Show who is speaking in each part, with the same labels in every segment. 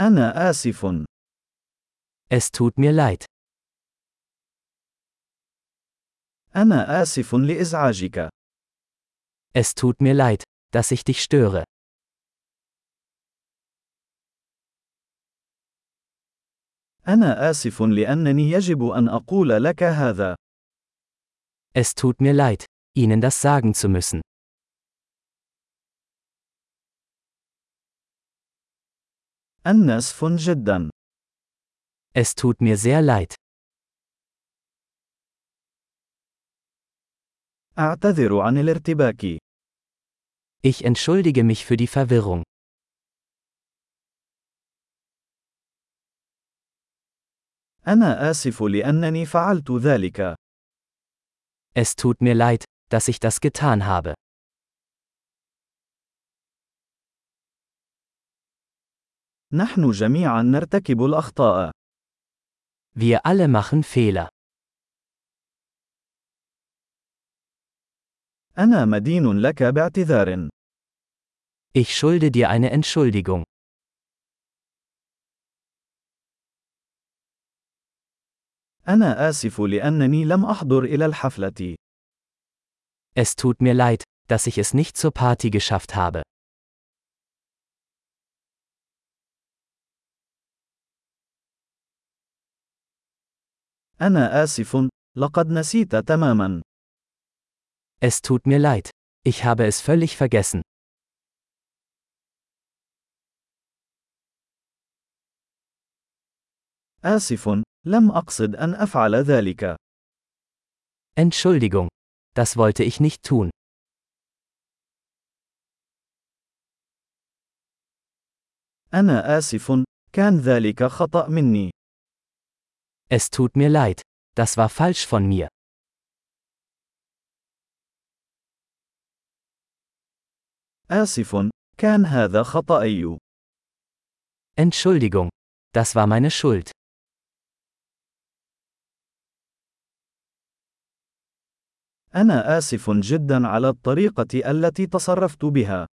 Speaker 1: أنا آسف.
Speaker 2: Es tut mir leid.
Speaker 1: أنا آسف لإزعاجك.
Speaker 2: Es tut mir leid, dass ich dich störe.
Speaker 1: أنا آسف لأنني يجب أن أقول لك هذا.
Speaker 2: Es tut mir leid, Ihnen das sagen zu müssen.
Speaker 1: أنا آسف جدا.
Speaker 2: Es tut mir sehr leid.
Speaker 1: أعتذر عن الارتباك.
Speaker 2: Ich entschuldige mich für die Verwirrung.
Speaker 1: أنا آسف لأنني فعلت ذلك.
Speaker 2: Es tut mir leid, dass ich das getan habe.
Speaker 1: نحن جميعا نرتكب الأخطاء.
Speaker 2: Wir alle machen Fehler.
Speaker 1: أنا مدين لك باعتذار.
Speaker 2: Ich schulde dir eine Entschuldigung.
Speaker 1: أنا آسف لأنني لم أحضر إلى الحفلة.
Speaker 2: Es tut mir leid, dass ich es nicht zur Party geschafft habe.
Speaker 1: أنا آسف. لقد نسيت تماما.
Speaker 2: Es tut mir leid. Ich habe es völlig vergessen.
Speaker 1: آسف. لم أقصد أن أفعل ذلك.
Speaker 2: Entschuldigung. Das wollte ich nicht tun.
Speaker 1: أنا آسف. كان ذلك خطأ مني.
Speaker 2: Es tut mir leid. Das war falsch von mir.
Speaker 1: آسف. كان هذا خطأي.
Speaker 2: Entschuldigung. Das war meine Schuld.
Speaker 1: أنا آسف جدا على الطريقة التي تصرفت بها.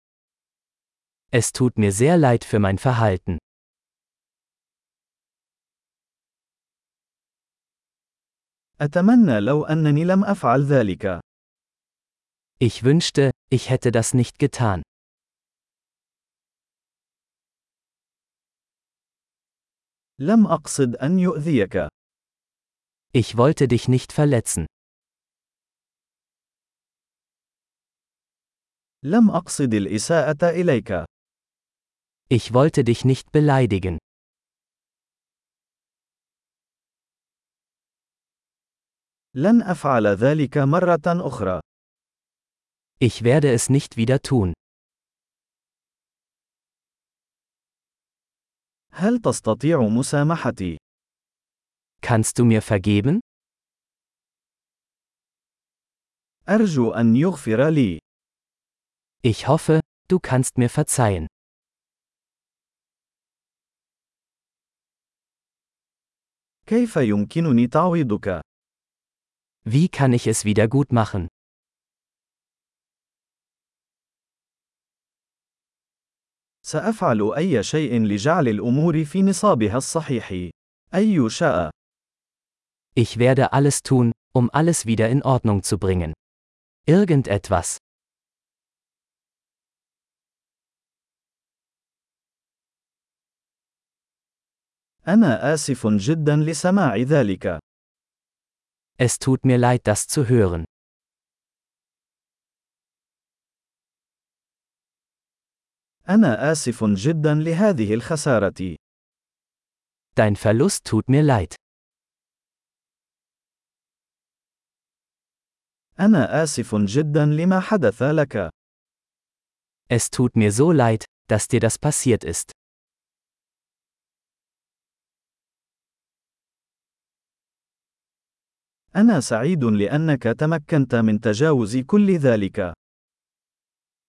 Speaker 2: Es tut mir sehr leid für mein Verhalten.
Speaker 1: أتمنى لو أنني لم أفعل ذلك.
Speaker 2: Ich wünschte, ich hätte das nicht getan.
Speaker 1: لم أقصد أن يؤذيك.
Speaker 2: Ich wollte dich nicht verletzen.
Speaker 1: لم أقصد الإساءة إليك.
Speaker 2: Ich wollte dich nicht beleidigen.
Speaker 1: لن أفعل ذلك مرة أخرى.
Speaker 2: Ich werde es nicht wieder tun.
Speaker 1: هل تستطيع مسامحتي؟
Speaker 2: Kannst du mir vergeben?
Speaker 1: أرجو أن يغفر لي.
Speaker 2: Ich hoffe, du kannst mir verzeihen.
Speaker 1: كيف يمكنني تعويضك؟
Speaker 2: Wie kann ich es wieder gut machen?
Speaker 1: سأفعل أي شيء لجعل الأمور في نصابها الصحيح. أي شاء.
Speaker 2: Ich werde alles tun, um alles wieder in Ordnung zu bringen. Irgendetwas.
Speaker 1: أنا آسف جدا لسماع ذلك.
Speaker 2: Es tut mir leid, das zu hören.
Speaker 1: أنا آسف جدا لهذه الخسارة.
Speaker 2: Dein Verlust tut mir leid.
Speaker 1: أنا آسف جدا لما حدث لك.
Speaker 2: Es tut mir so leid, dass dir das passiert ist.
Speaker 1: أنا سعيد لأنك تمكنت من تجاوز كل ذلك.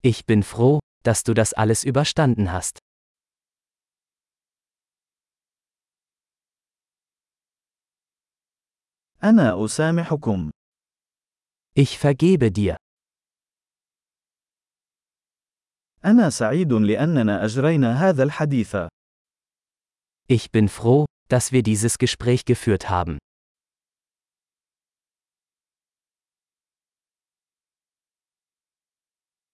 Speaker 2: Ich bin froh, dass du das alles überstanden hast.
Speaker 1: أنا أسامحكم.
Speaker 2: Ich vergebe dir.
Speaker 1: أنا سعيد لأننا أجرينا هذا الحديث.
Speaker 2: Ich bin froh, dass wir dieses Gespräch geführt haben.